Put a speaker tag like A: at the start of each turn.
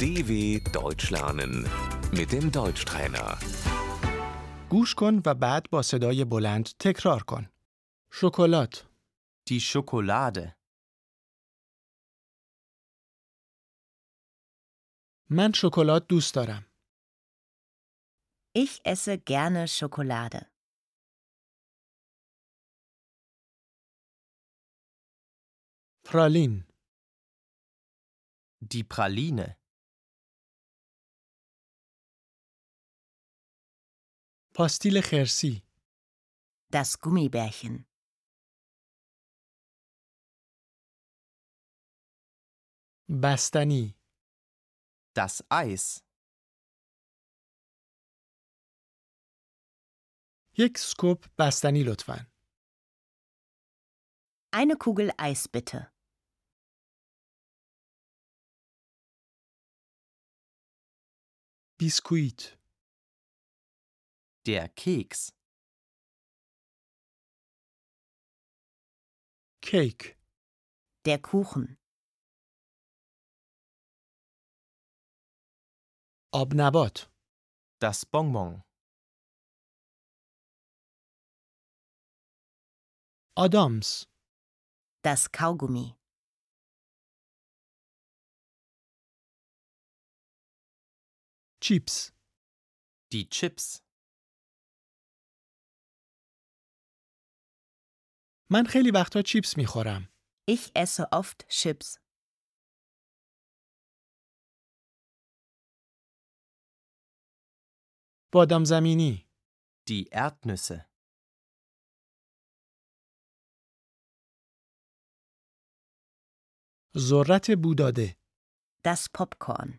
A: DW Deutsch lernen mit dem Deutschtrainer.
B: گوش کن و بعد با صدای بلند تکرار کن. شکلات،
C: Die Schokolade.
B: من شکلات دوست دارم.
D: Ich esse gerne Schokolade.
B: پرالین،
C: Die Praline.
B: پاستیل خرسی،
D: Das Gummibärchen.
B: بستنی،
C: Das Eis.
B: یک سکوپ بستنی لطفاً.
D: Eine Kugel Eis bitte.
B: بیسکویت،
C: Der Keks.
B: کیک،
D: Der Kuchen.
B: آب نبات،
C: Das Bonbon.
B: آدامس،
D: Das Kaugummi.
B: چیپس،
C: Die Chips.
B: من خیلی وقتا چیپس میخورم.
D: Ich esse oft Chips.
B: بادام زمینی،
C: Die Erdnüsse.
B: ذرت بوداده،
D: Das Popcorn.